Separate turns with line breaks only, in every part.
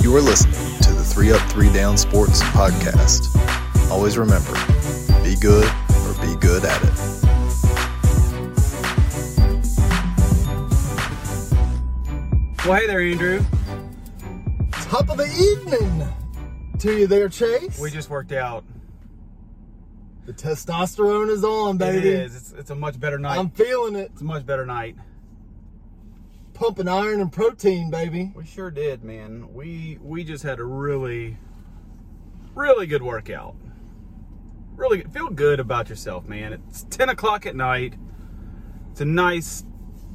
You are listening to the Three Up, Three Down Sports podcast. Always remember be good or be good at it.
Well, hey there, Andrew.
Top of the evening to you there, Chase.
We just worked out.
the testosterone is on, baby.
It is. It's, it's a much better night.
I'm feeling it.
it's a much better night.
Pumping iron and protein, baby.
We sure did, man. We we just had a really, really good workout. Really good. feel good about yourself, man. It's ten o'clock at night. It's a nice,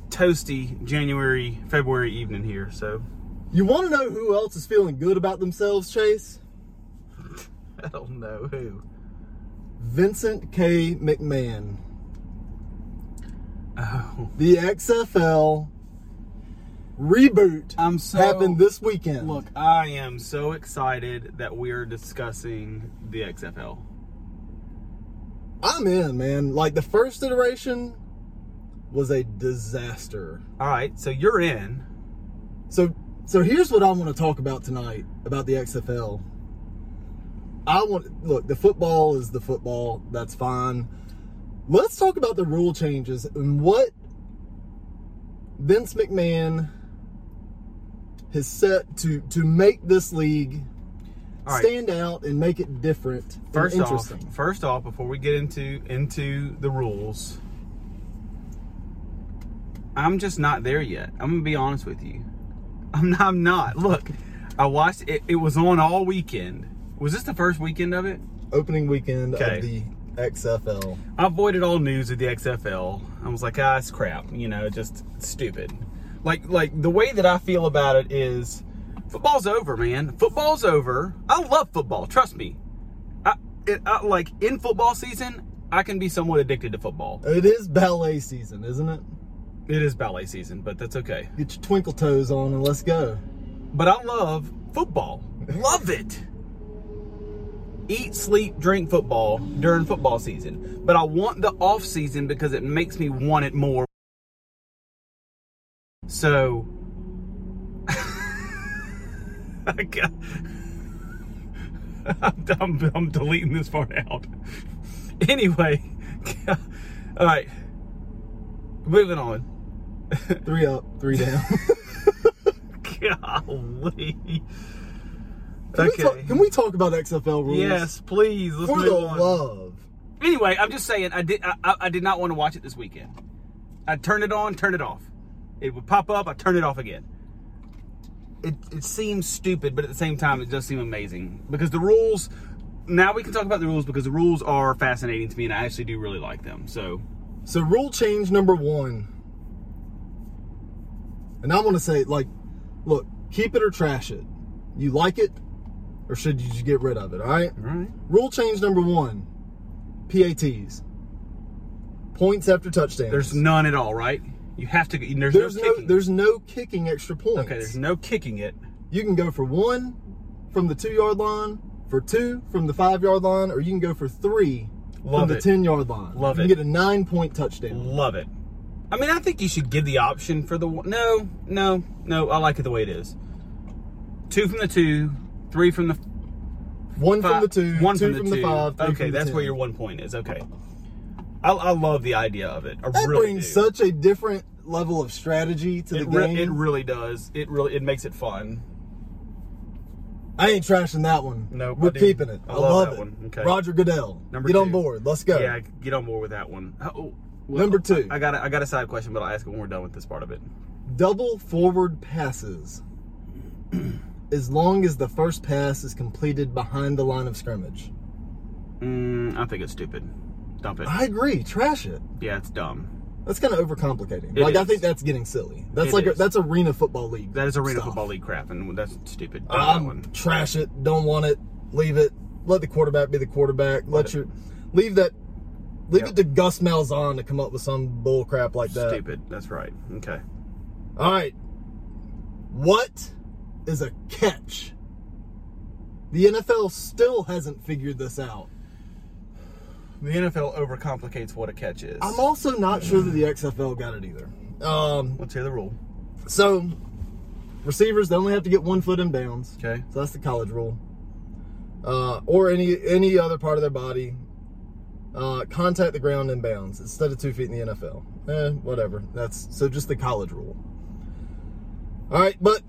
toasty January February evening here. So
You want to know who else is feeling good about themselves, Chase?
I don't know who.
Vincent K. McMahon,
Oh,
the XFL reboot
I'm so
happened this weekend.
Look, I am so excited that we are discussing the XFL.
I'm in, man. Like the first iteration was a disaster.
All right, so you're in.
So so here's what I want to talk about tonight about the XFL. I want look, the football is the football, that's fine. Let's talk about the rule changes and what Vince McMahon has set to to make this league
All right.
stand out and make it different
First
and
off,
interesting.
first off, before we get into into the rules, I'm just not there yet. I'm gonna be honest with you. I'm not, I'm not. Look, I watched it. It was on all weekend. Was this the first weekend of it?
Opening weekend
Okay.
of the XFL.
I avoided all news of the XFL. I was like, ah, it's crap. You know, just stupid. Like, like the way that I feel about it is, football's over, man. Football's over. I love football. Trust me. I, it, I like in football season, I can be somewhat addicted to football.
It is ballet season, isn't it?
It is ballet season, but that's okay.
Get your twinkle toes on and let's go.
But I love football. Love it. Eat, sleep, drink football during football season. But I want the off season because it makes me want it more. So I got- I'm, I'm- I'm deleting this part out. Anyway, all right. Moving on.
Three up, three down.
Golly.
Can, we talk, can we talk about XFL rules?
Yes, please. Let's
For
move
the
on.
love.
Anyway, I'm just saying, I did. I, I, I did not want to watch it this weekend. I turned it on, turned it off. It would pop up. I turned it off again. It it seems stupid, but at the same time, it does seem amazing because the rules. Now we can talk about the rules because the rules are fascinating to me, and I actually do really like them. So,
So rule change number one. And I want to say, like, look, keep it or trash it. You like it, or should you just get rid of it? All right.
all right.
Rule change number one: PATs, points after touchdowns.
There's none at all, right? You have to. There's,
there's
no
no,
kicking.
there's no kicking extra points.
okay. There's no kicking it.
You can go for one from the two yard line, for two from the five yard line, or you can go for three
Love
from the
it.
10 yard line.
Love
you
it.
can get a nine point touchdown.
Love it. I mean, I think you should give the option for the one. No, no, no. I like it the way it is. Two from the two, three from the
One
five,
from the two,
one
two
from the
the
two.
five. three
okay,
from the
that's
10.
where your one point is. Okay, I, I love the idea of it. I
That
really
brings
do.
such a different level of strategy to the
it, re-
game.
it really does. It really it makes it fun.
I ain't trashing that one.
Nope, I
we're
do.
keeping it.
I
I,
love
love
that
it.
one. Okay.
Roger Goodell,
Number
get on
two.
board. Let's go.
Yeah, get on board with that one. Oh, well,
Number two.
I, I got a, I got a side question, but I'll ask it when we're done with this part of it.
Double forward passes. as long as the first pass is completed behind the line of scrimmage.
Mm, I think it's stupid. Dump it.
I agree. Trash it.
Yeah, it's dumb.
That's kind of overcomplicating.
It
like I
is.
think that's getting silly. That's
It
like a,
is.
that's arena football league.
That is arena
stuff.
football league crap, and that's stupid. Dump that
Um,
one.
trash it. Don't want it. Leave it. Let the quarterback be the quarterback. Let your leave that. Leave
Yep.
it to Gus Malzahn to come up with some bull crap like that.
Stupid. That's right. Okay.
All right. What is a catch? The NFL still hasn't figured this out.
The NFL overcomplicates what a catch is.
I'm also not sure that the XFL got it either. Um,
Let's hear the rule.
So, receivers they only have to get one foot in bounds.
Okay.
So that's the college rule. Uh, or any any other part of their body. Uh, contact the ground in bounds instead of two feet in the NFL. Eh, whatever. That's so just the college rule. All right, but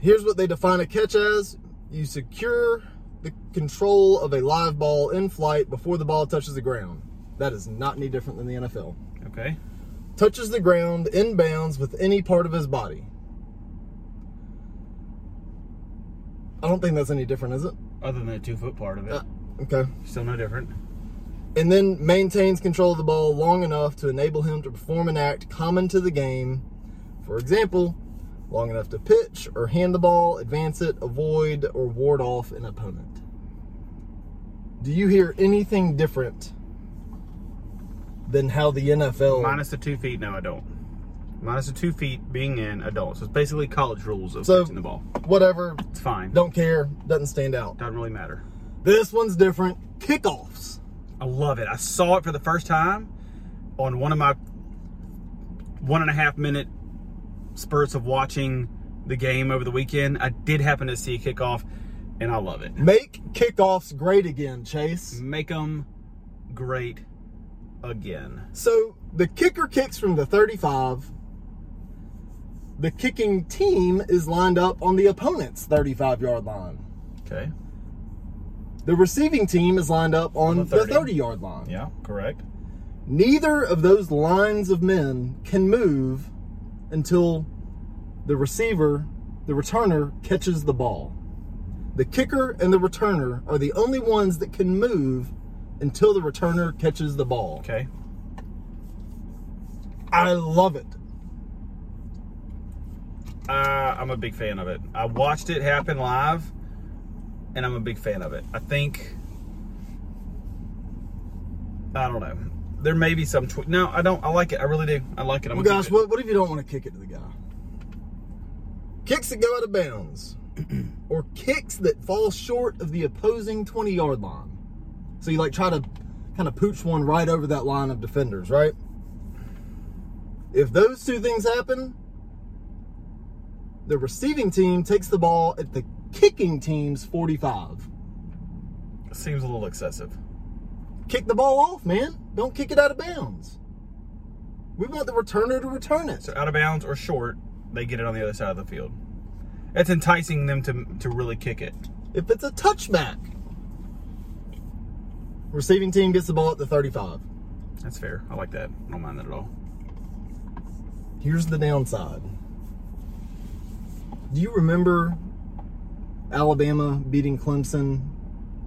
here's what they define a catch as: you secure the control of a live ball in flight before the ball touches the ground. That is not any different than the NFL
Okay.
touches the ground in bounds with any part of his body. I don't think that's any different, is it?
Other than the two foot part of it,
Uh, okay.
still no different.
And then maintains control of the ball long enough to enable him to perform an act common to the game. For example, long enough to pitch or hand the ball, advance it, avoid, or ward off an opponent. Do you hear anything different than how the NFL
Minus the two feet, no, I don't. Minus the two feet being in adults. It's basically college rules of
So-
catching the ball.
whatever
It's fine.
Don't care. Doesn't stand out.
Doesn't really matter.
This one's different. Kickoffs.
I love it. I saw it for the first time on one of my one and a half minute spurts of watching the game over the weekend. I did happen to see a kickoff, and I love it.
Make kickoffs great again, Chase.
Make them great again.
So the kicker kicks from the 35. The kicking team is lined up on the opponent's 35 yard line.
Okay.
The receiving team is lined up on
the
the
30.
30 yard line.
Yeah. Correct.
Neither of those lines of men can move until the receiver, the returner, catches the ball. The kicker and the returner are the only ones that can move until the returner catches the ball.
Okay.
I love it.
Uh, I'm a big fan of it. I watched it happen live, and I'm a big fan of it. I think. I don't know. There may be some tweak. No, I don't. I like it. I really do. I like it. I'm
Well,
gonna
guys,
keep it.
what, what if you don't want to kick it to the guy? Kicks that go out of bounds, or kicks that fall short of the opposing 20 yard line. So you like try to kind of pooch one right over that line of defenders, right? If those two things happen, the receiving team takes the ball at the kicking team's 45.
seems a little excessive.
Kick the ball off, man. Don't kick it out of bounds. We want the returner to return it.
So out of bounds or short, they get it on the other side of the field. It's enticing them to to really kick it.
if it's a touchback. Receiving team gets the ball at the 35.
That's fair. I like that. I don't mind that at all.
Here's the downside. Do you remember Alabama beating Clemson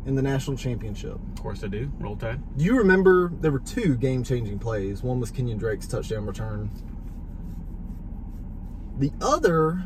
in the national championship?
Of course I do. Roll Tide.
Do you remember there were two game changing plays? One was Kenyon Drake's touchdown return, the other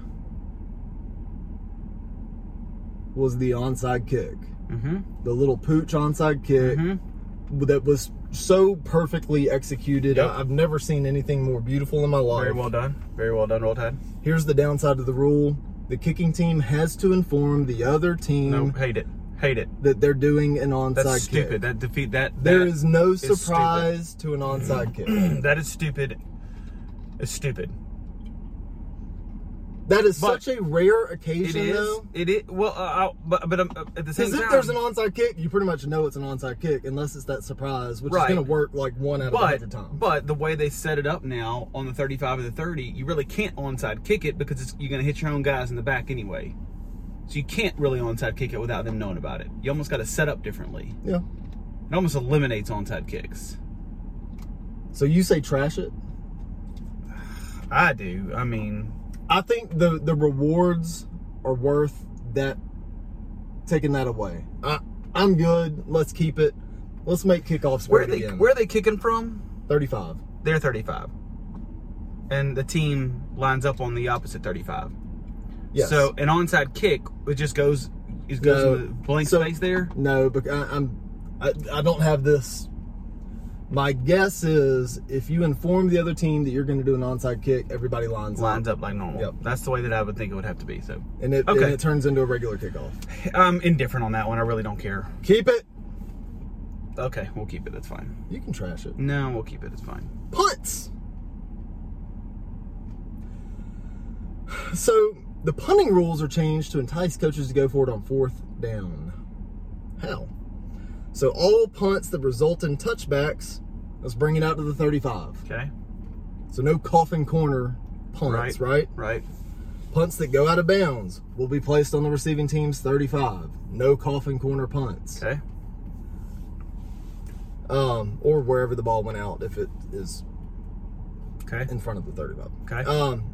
was the onside kick,
Mm-hmm.
the little pooch onside kick.
Mm-hmm.
that was so perfectly executed.
Yep.
I- I've never seen anything more beautiful in my life.
Very well done. Very well done, Roll Tide.
Here's the downside of the rule the kicking team has to inform the other team
No, hate it. Hate it.
that they're doing an onside
That's stupid.
kick.
That defeat that
there
that-
is no
stupid.
surprise to an onside kick.
that is stupid. It's stupid.
That is
But-
such a rare
It
occasion,
is.
though.
It is. Well, uh, I, but but um, uh, at the same
Because
time,
if there's an onside kick, you pretty much know it's an onside kick, unless it's that surprise, which
Right.
is going to work like one out of a
but
hundred times.
but the way they set it up now on the 35 and the 30, you really can't onside kick it because it's, you're going to hit your own guys in the back anyway. So you can't really onside kick it without them knowing about it. You almost got to set up differently.
yeah.
It almost eliminates onside kicks.
So you say trash it?
I do. I mean,
I think the the rewards are worth that taking that away. I I'm good. Let's keep it. Let's make kickoffs
where are
great
they
again.
where are they kicking from?
35.
They're 35. And the team lines up on the opposite 35.
Yes.
So an onside kick, it just goes it goes
No.
into the blank
So-
space there.
no, but I, I'm I, I don't have this. My guess is if you inform the other team that you're going to do an onside kick, everybody lines,
Lines up like normal.
Yep.
That's the way that I would think it would have to be. So
and it
Okay.
and it turns into a regular kickoff.
I'm indifferent on that one. I really don't care.
Keep it.
Okay, we'll keep it. That's fine.
You can trash it.
No, we'll keep it. It's fine.
punts. So the punting rules are changed to entice coaches to go for it on fourth down. How? So all punts that result in touchbacks, let's bring it out to the 35.
Okay.
So no coffin corner punts, right?
Right.
Punts that go out of bounds will be placed on the receiving team's 35. No coffin corner punts.
Okay.
Um, or wherever the ball went out if it is
Okay.
in front of the 35.
Okay.
Um,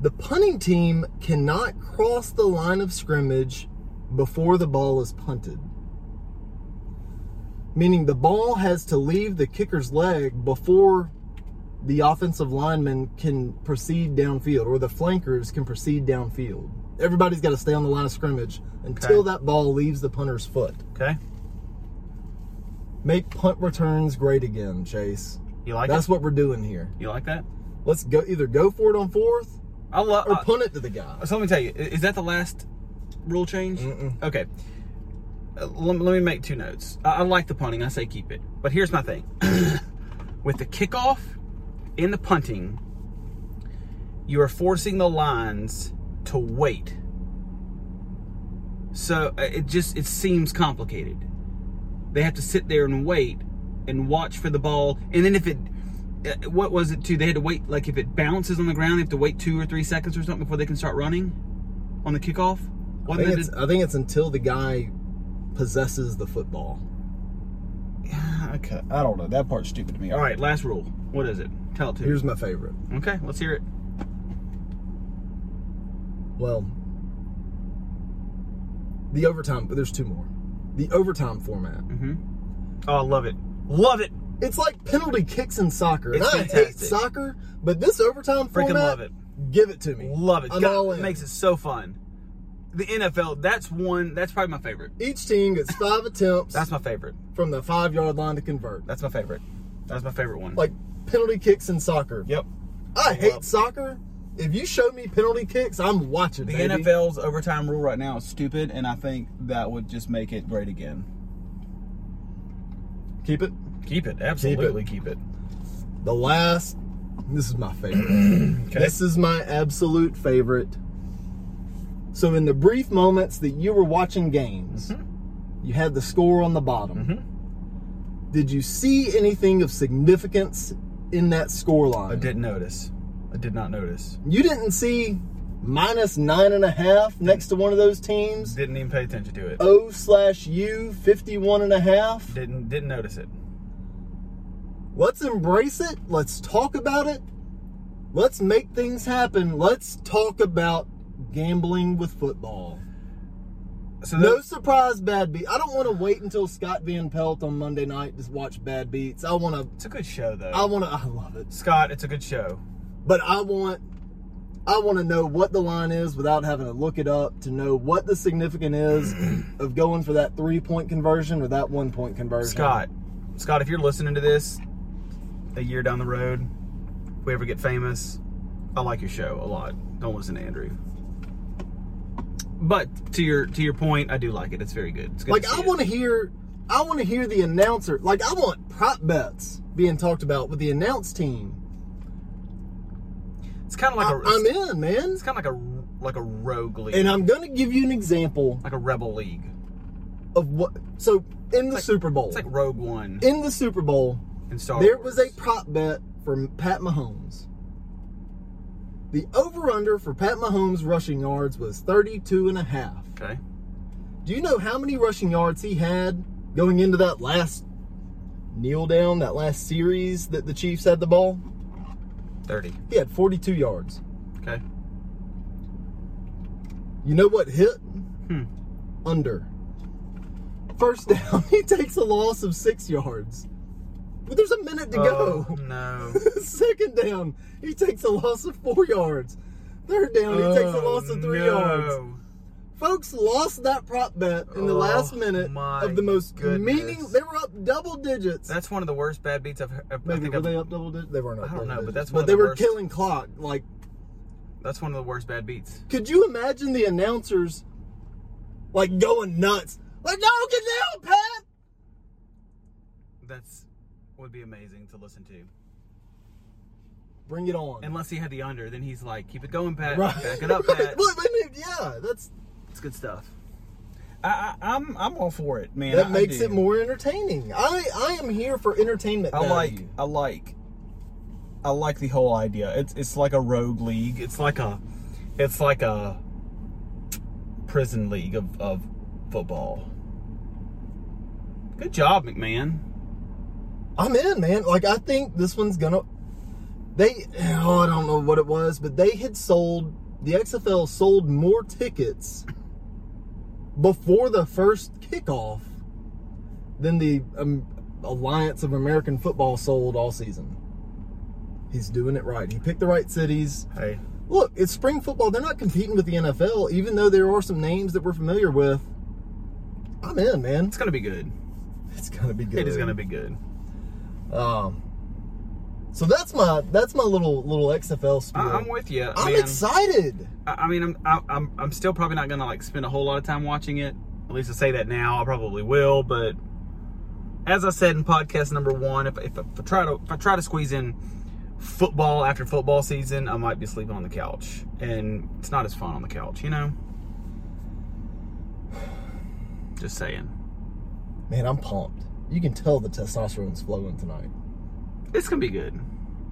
the punting team cannot cross the line of scrimmage before the ball is punted. Meaning the ball has to leave the kicker's leg before the offensive lineman can proceed downfield or the flankers can proceed downfield. Everybody's got to stay on the line of scrimmage until
Okay.
that ball leaves the punter's foot.
Okay.
Make punt returns great again, Chase.
You like
That's
it?
what we're doing here.
You like that?
Let's go either go for it on fourth
I love.
or punt it to the guy.
so let me tell you, i- is that the last rule change?
Mm-mm.
Okay. Uh, let, let me make two notes. I, I like the punting. I say keep it. But here's my thing. With the kickoff and the punting, you are forcing the lines to wait. So uh, it just it seems complicated. They have to sit there and wait and watch for the ball, and then if it uh, what was it too? They had to wait like if it bounces on the ground, they have to wait two or three seconds or something before they can start running on the kickoff.
I
Wasn't
think,
it
it's, I think it's until the guy possesses the football.
Okay.
I don't know. That part's stupid to me.
All right, last rule. What is it? Tell it to
Here's my favorite.
me. Okay, let's hear it.
Well, the overtime, but there's two more. The overtime format.
Mm-hmm. Oh, I love it. Love it.
It's like penalty kicks in soccer. And
It's
I hate
fantastic.
soccer, but this overtime
Freaking
format,
love it.
give it to me.
Love it.
I'm
God,
all
it
in.
makes it so fun. The NFL, that's one, that's probably my favorite.
Each team gets five attempts
That's my favorite.
from the five yard line to convert.
That's my favorite. That's my favorite one.
Like penalty kicks in soccer.
yep.
I
Love-
hate soccer. If you show me penalty kicks, I'm watching.
The
baby.
NFL's overtime rule right now is stupid, and I think that would just make it great again.
Keep it.
Keep it. Absolutely keep it.
The last, this is my favorite.
Okay.
This is my absolute favorite. So, in the brief moments that you were watching games,
Mm-hmm.
you had the score on the bottom. Did you see anything of significance in that score line?
I didn't notice. I did not notice.
You didn't see minus nine and a half next to one of those teams?
Didn't even pay attention to it.
O slash U, 51 and a half?
Didn't didn't notice it.
Let's embrace it. Let's talk about it. Let's make things happen. Let's talk about gambling with football.
So
No
that-
surprise, Bad Beat. I don't want to wait until Scott Van Pelt on Monday night to watch Bad Beats. I want to.
it's a good show though.
I want to. I love it.
Scott, it's a good show.
But I want. I want to know what the line is without having to look it up to know what the significance is of going for that three point conversion or that one point conversion.
Scott, Scott, if you're listening to this a year down the road, if we ever get famous, I like your show a lot. Don't listen to Andrew. But to your to your point, I do like it. It's very good. It's good
Like
to
I
see it.
want to hear, I want to hear the announcer. Like I want prop bets being talked about with the announce team.
It's kind of like
I,
a.
I'm in, man,
It's kind of like a like a rogue league,
and I'm gonna give you an example
like a rebel league.
of what. So in the
like-
Super Bowl,
It's like Oh. Rogue One
in the Super Bowl,
in Star
there
Wars.
was a prop bet for Pat Mahomes. The over/under for Pat Mahomes rushing yards was 32 and a half.
okay.
Do you know how many rushing yards he had going into that last kneel down, that last series that the Chiefs had the ball?
Thirty.
He had 42 yards.
Okay.
You know what hit?
Hmm.
Under. First down, he takes a loss of six yards. But there's a minute to
Oh,
go.
no.
Second down, he takes a loss of four yards. Third down, he takes a
Oh,
loss of three
no.
yards. Folks lost that prop bet in the
Oh,
last minute
my
of the most
goodness.
meaning. They were up double digits.
That's one of the worst bad beats I've heard. I
Maybe
think
were
I've-
they up double digits? They weren't up.
I don't
double
know, but
digits.
that's one of
they
the
were
worst.
killing clock. Like,
That's one of the worst bad beats.
could you imagine the announcers like going nuts? Like, no, get down, Pat.
That's would be amazing to listen to.
Bring it on.
Unless he had the under, then he's like, keep it going, Pat.
right.
Back it up,
right.
Pat.
But, I mean, yeah, that's
It's good stuff. I, I, I'm I'm all for it, man.
that
I- I
makes
do.
it more entertaining. I I am here for entertainment.
I like
value.
I like I like the whole idea. It's it's like a rogue league. It's like a it's like a prison league of, of football.
Good job, McMahon.
I'm in, man. Like I think this one's gonna. They oh I don't know what it was, but they had sold the XFL sold more tickets before the first kickoff than the um, Alliance of American Football sold all season. He's doing it right. He picked the right cities.
Hey.
Look, it's spring football. They're not competing with the NFL, even though there are some names that we're familiar with. I'm in, man.
It's gonna be good.
It's gonna be good.
It is gonna be good.
Um, so that's my that's my little little XFL spiel.
I, I'm with you, man.
I'm excited.
I, I mean, I'm, I, I'm I'm still probably not gonna like spend a whole lot of time watching it. At least I say that now. I probably will, but as I said in podcast number one, if, if, I- if I try to if I try to squeeze in football after football season, I might be sleeping on the couch, and it's not as fun on the couch, you know. Just saying,
Man, I'm pumped. You can tell the testosterone's flowing tonight.
it's gonna be good.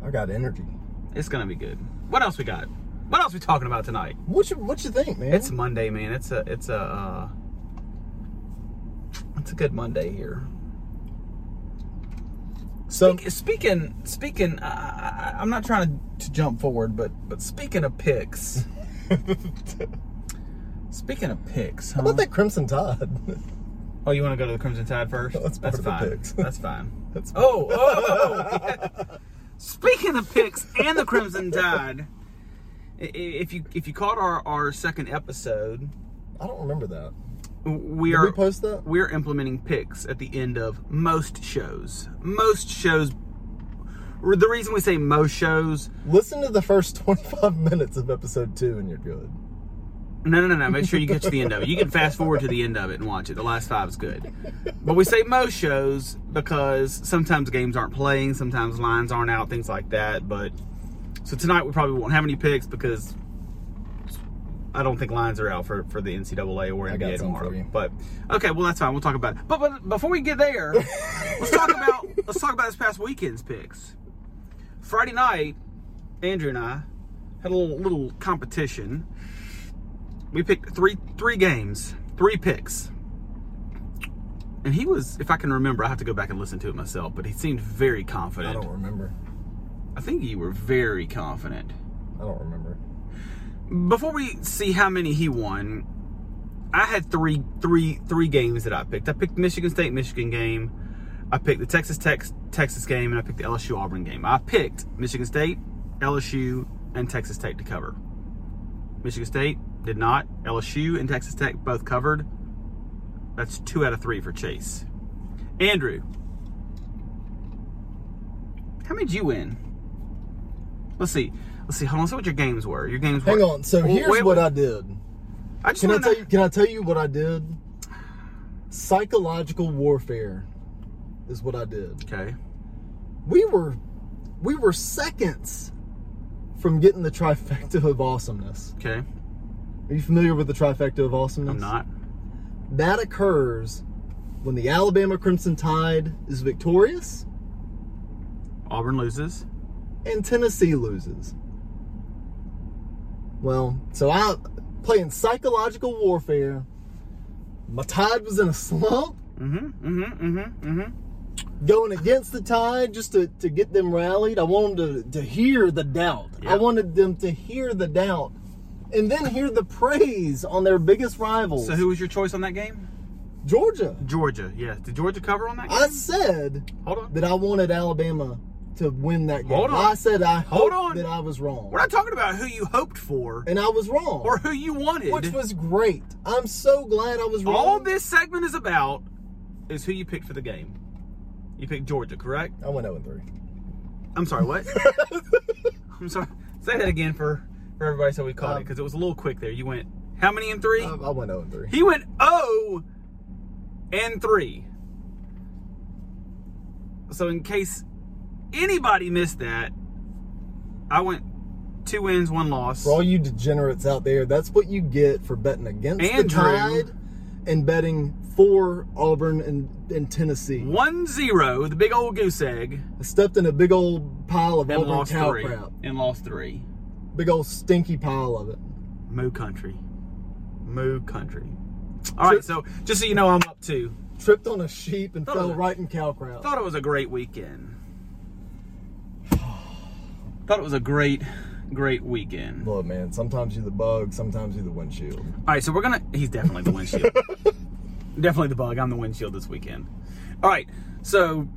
I got energy.
It's gonna be good. What else we got? What else we talking about tonight?
What you what you think, man?
It's Monday, man. It's a it's a uh, it's a good Monday here.
so
Speak- Speaking, speaking, uh, I- I'm not trying to, to jump forward, but but speaking of picks, speaking of picks, huh?
how about that Crimson Tide?
oh, you want to go to the Crimson Tide first?
That's part of the
fine.
picks.
That's fine.
That's-
oh, oh, oh, oh. speaking of picks and the Crimson Tide, i- i- if you if you caught our our second episode,
I don't remember that.
we
Did
are
we post that?
we're implementing picks at the end of most shows. Most shows. The reason we say most shows,
Listen to the first 25 minutes of episode two, and you're good.
no, no, no, no. Make sure you get to the end of it. You can fast forward to the end of it and watch it. The last five is good. But we say most shows because sometimes games aren't playing, sometimes lines aren't out, things like that. But so tonight we probably won't have any picks because I don't think lines are out for, for the NCAA or
I got
NBA
some
tomorrow.
for you.
But okay, well that's fine. We'll talk about it. But, but before we get there, let's talk about let's talk about this past weekend's picks. Friday night, Andrew and I had a little little competition. We picked three three games, three picks. And he was, if I can remember, I have to go back and listen to it myself, but he seemed very
I
confident.
don't remember.
I think you were very confident.
I don't remember.
Before we see how many he won, I had three three three games that I picked. I picked Michigan State Michigan game. I picked the Texas Tech Texas game, and I picked the LSU Auburn game. I picked Michigan State, LSU, and Texas Tech to cover. Michigan State did not. LSU and Texas Tech both covered. That's two out of three for Chase. Andrew, how many did you win? Let's see. Let's see. Hold on. See what your games were. Your games were.
Hang on. So
Well,
here's
wait,
what
wait.
I did.
I just
Can I
want to
tell you? Can I tell you what I did? Psychological warfare is what I did.
Okay.
We were, we were seconds from getting the trifecta of awesomeness.
Okay.
Are you familiar with the trifecta of awesomeness?
I'm not.
That occurs when the Alabama Crimson Tide is victorious
Auburn loses.
and Tennessee loses. Well, so I playing psychological warfare. My Tide was in a slump.
Mm-hmm. Mm-hmm. Mm-hmm. Mm-hmm.
going against the tide just to, to get them rallied. I want them to, to hear the doubt. I
Yeah.
wanted them to hear the doubt and then hear the praise on their biggest rivals,
So who was your choice on that game?
Georgia.
Georgia. Yeah. Did Georgia cover on that game?
I said
Hold on.
that I wanted Alabama to win that game.
Hold on.
I said I
Hold
hoped
on.
that I was wrong.
We're not talking about who you hoped for
and I was wrong,
or who you wanted.
which was great. I'm so glad I was wrong.
all this segment is about is who you picked for the game. You picked Georgia, correct?
I went 0 and 3.
I'm sorry, what? I'm sorry. Say that again for, for everybody so we caught
Um,
it because it was a little quick there. You went how many in three?
I, I went 0 and 3.
He went 0 and 3. So, in case anybody missed that, I went two wins, one loss.
For all you degenerates out there, that's what you get for betting against
Andrew.
the Tide and betting for Auburn and, and Tennessee.
One zero, the big old goose egg,
I stepped in a big old pile of
and
Auburn
lost
cow
three.
crap.
And lost three.
Big old stinky pile of it.
Moo country. Moo country. All right, so just so you know, I'm up two.
Tripped on a sheep and
Thought
fell
of it.
right in cow crap.
Thought it was a great weekend. Thought it was a great, great weekend.
Look, man, sometimes you're the bug, sometimes you're the windshield.
All right, so we're gonna. He's definitely the windshield. definitely the bug. I'm the windshield this weekend. All right, so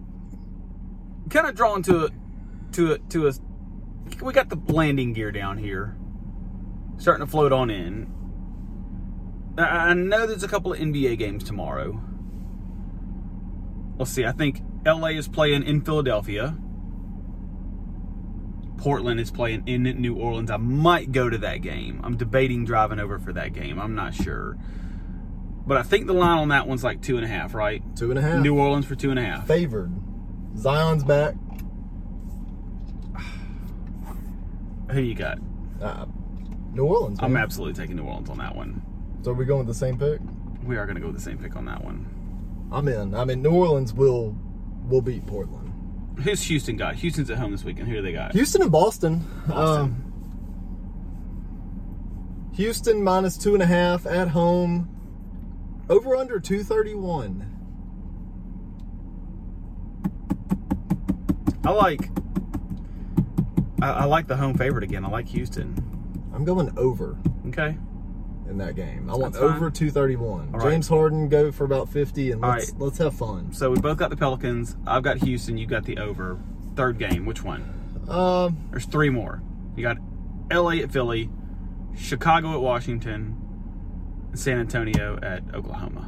kind of drawn to a, to a, to a. We got the landing gear down here, starting to float on in. I- I know there's a couple of NBA games tomorrow. Let's see. I think LA is playing in Philadelphia. Portland is playing in New Orleans. I might go to that game. I'm debating driving over for that game. I'm not sure. But I think the line on that one's like two and a half, right?
Two and a half.
New Orleans for two and a half.
Favored. Zion's back.
Who you got?
Uh, New Orleans.
I'm
man.
absolutely taking New Orleans on that one.
So are we going with the same pick?
We are going to go with the same pick on that one.
I'm in. I mean, New Orleans will will beat Portland.
Who's Houston got? Houston's at home this weekend. Who do they got?
Houston and Boston.
Boston.
Um, Houston minus two and a half at home. Over under 231.
I like. I, I like the home favorite again. I like Houston.
I'm going over
Okay.
in that game. I want
That's fine.
over 231.
All right.
James Harden go for about 50 and
All
let's
right.
let's have fun.
So we both got the Pelicans. I've got Houston. You got the over. Third game. Which one?
Um,
There's three more. You got LA at Philly, Chicago at Washington, and San Antonio at Oklahoma.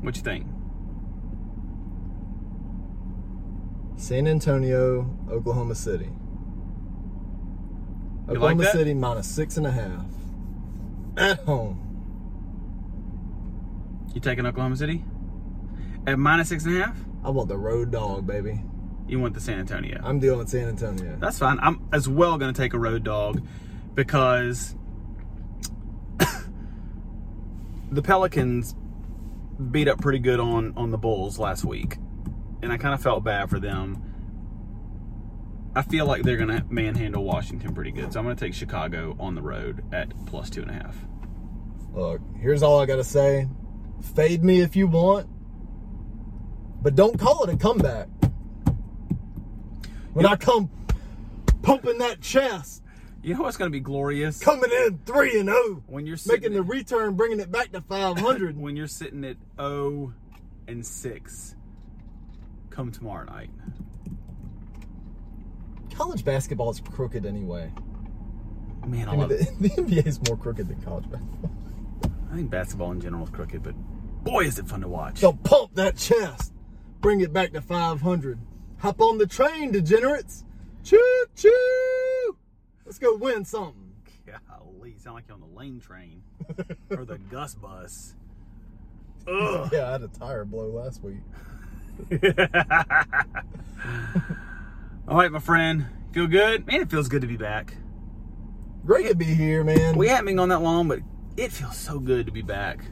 What you think?
San Antonio, Oklahoma City.
You like
Oklahoma
that?
City minus six and a half at home.
You taking Oklahoma City? At minus six and a half?
I want the road dog, baby.
You want the San Antonio.
I'm dealing with San Antonio.
That's fine. I'm as well going to take a road dog because the Pelicans beat up pretty good on on the Bulls last week, and I kind of felt bad for them. I feel like they're going to manhandle Washington pretty good, so I'm going to take Chicago on the road at plus two and a half.
Look, here's all I gotta say. Fade me if you want, but don't call it a comeback. When I come pumping that chest,
You know what's going to be glorious
coming in three and zero,
when you're sitting
making the return, bringing it back to five hundred.
when you're sitting at 0 and 6 come tomorrow night.
college basketball is crooked anyway.
Man, I
I mean,
love
the,
it.
the NBA is more crooked than college basketball.
I think basketball in general is crooked, but boy, is it fun to watch.
So pump that chest, bring it back to five hundred. Hop on the train, degenerates. Choo choo. Let's go win something.
Golly, sound like you're on the lane train or the Gus bus. Ugh.
Oh, Yeah, I had a tire blow last week.
All right, my friend. Feel good? Man, it feels good to be back.
Great to be here, man.
We haven't been gone that long, but it feels so good to be back.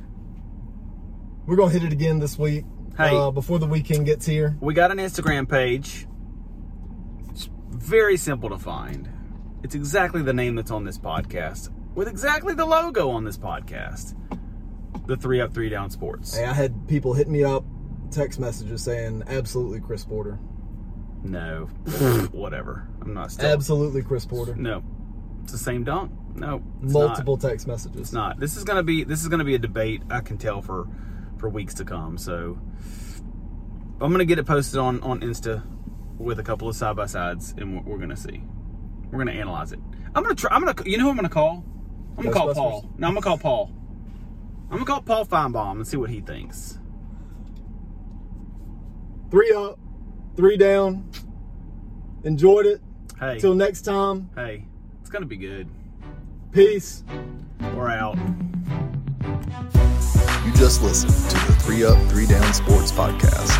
We're gonna hit it again this week.
Hey.
uh, before the weekend gets here,
We got an Instagram page. It's very simple to find. It's exactly the name that's on this podcast, with exactly the logo on this podcast. The three up, three down sports.
hey, I had people hit me up, text messages saying, "Absolutely, Chris Porter.
No, whatever. I'm not still.
Absolutely, Chris Porter."
no, it's the same dunk. No, it's not.
Multiple text messages.
It's not. This is gonna be. This is gonna be a debate. I can tell for for weeks to come. So I'm gonna get it posted on on Insta with a couple of side by sides, and we're, we're gonna see. We're gonna analyze it. I'm gonna try. I'm gonna. You know who I'm gonna call? I'm gonna call Paul.
Ghostbusters?
No, I'm gonna call Paul. I'm gonna call Paul Feinbaum and see what he thinks.
Three up, three down. Enjoyed it.
Hey,
Till next time.
hey, it's gonna be good.
Peace.
We're out.
You just listened to the Three Up, Three Down Sports Podcast.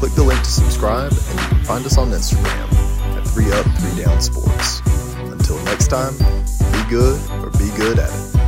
Click the link to subscribe and you can find us on Instagram at 3up3down sports. Until next time, be good or be good at it.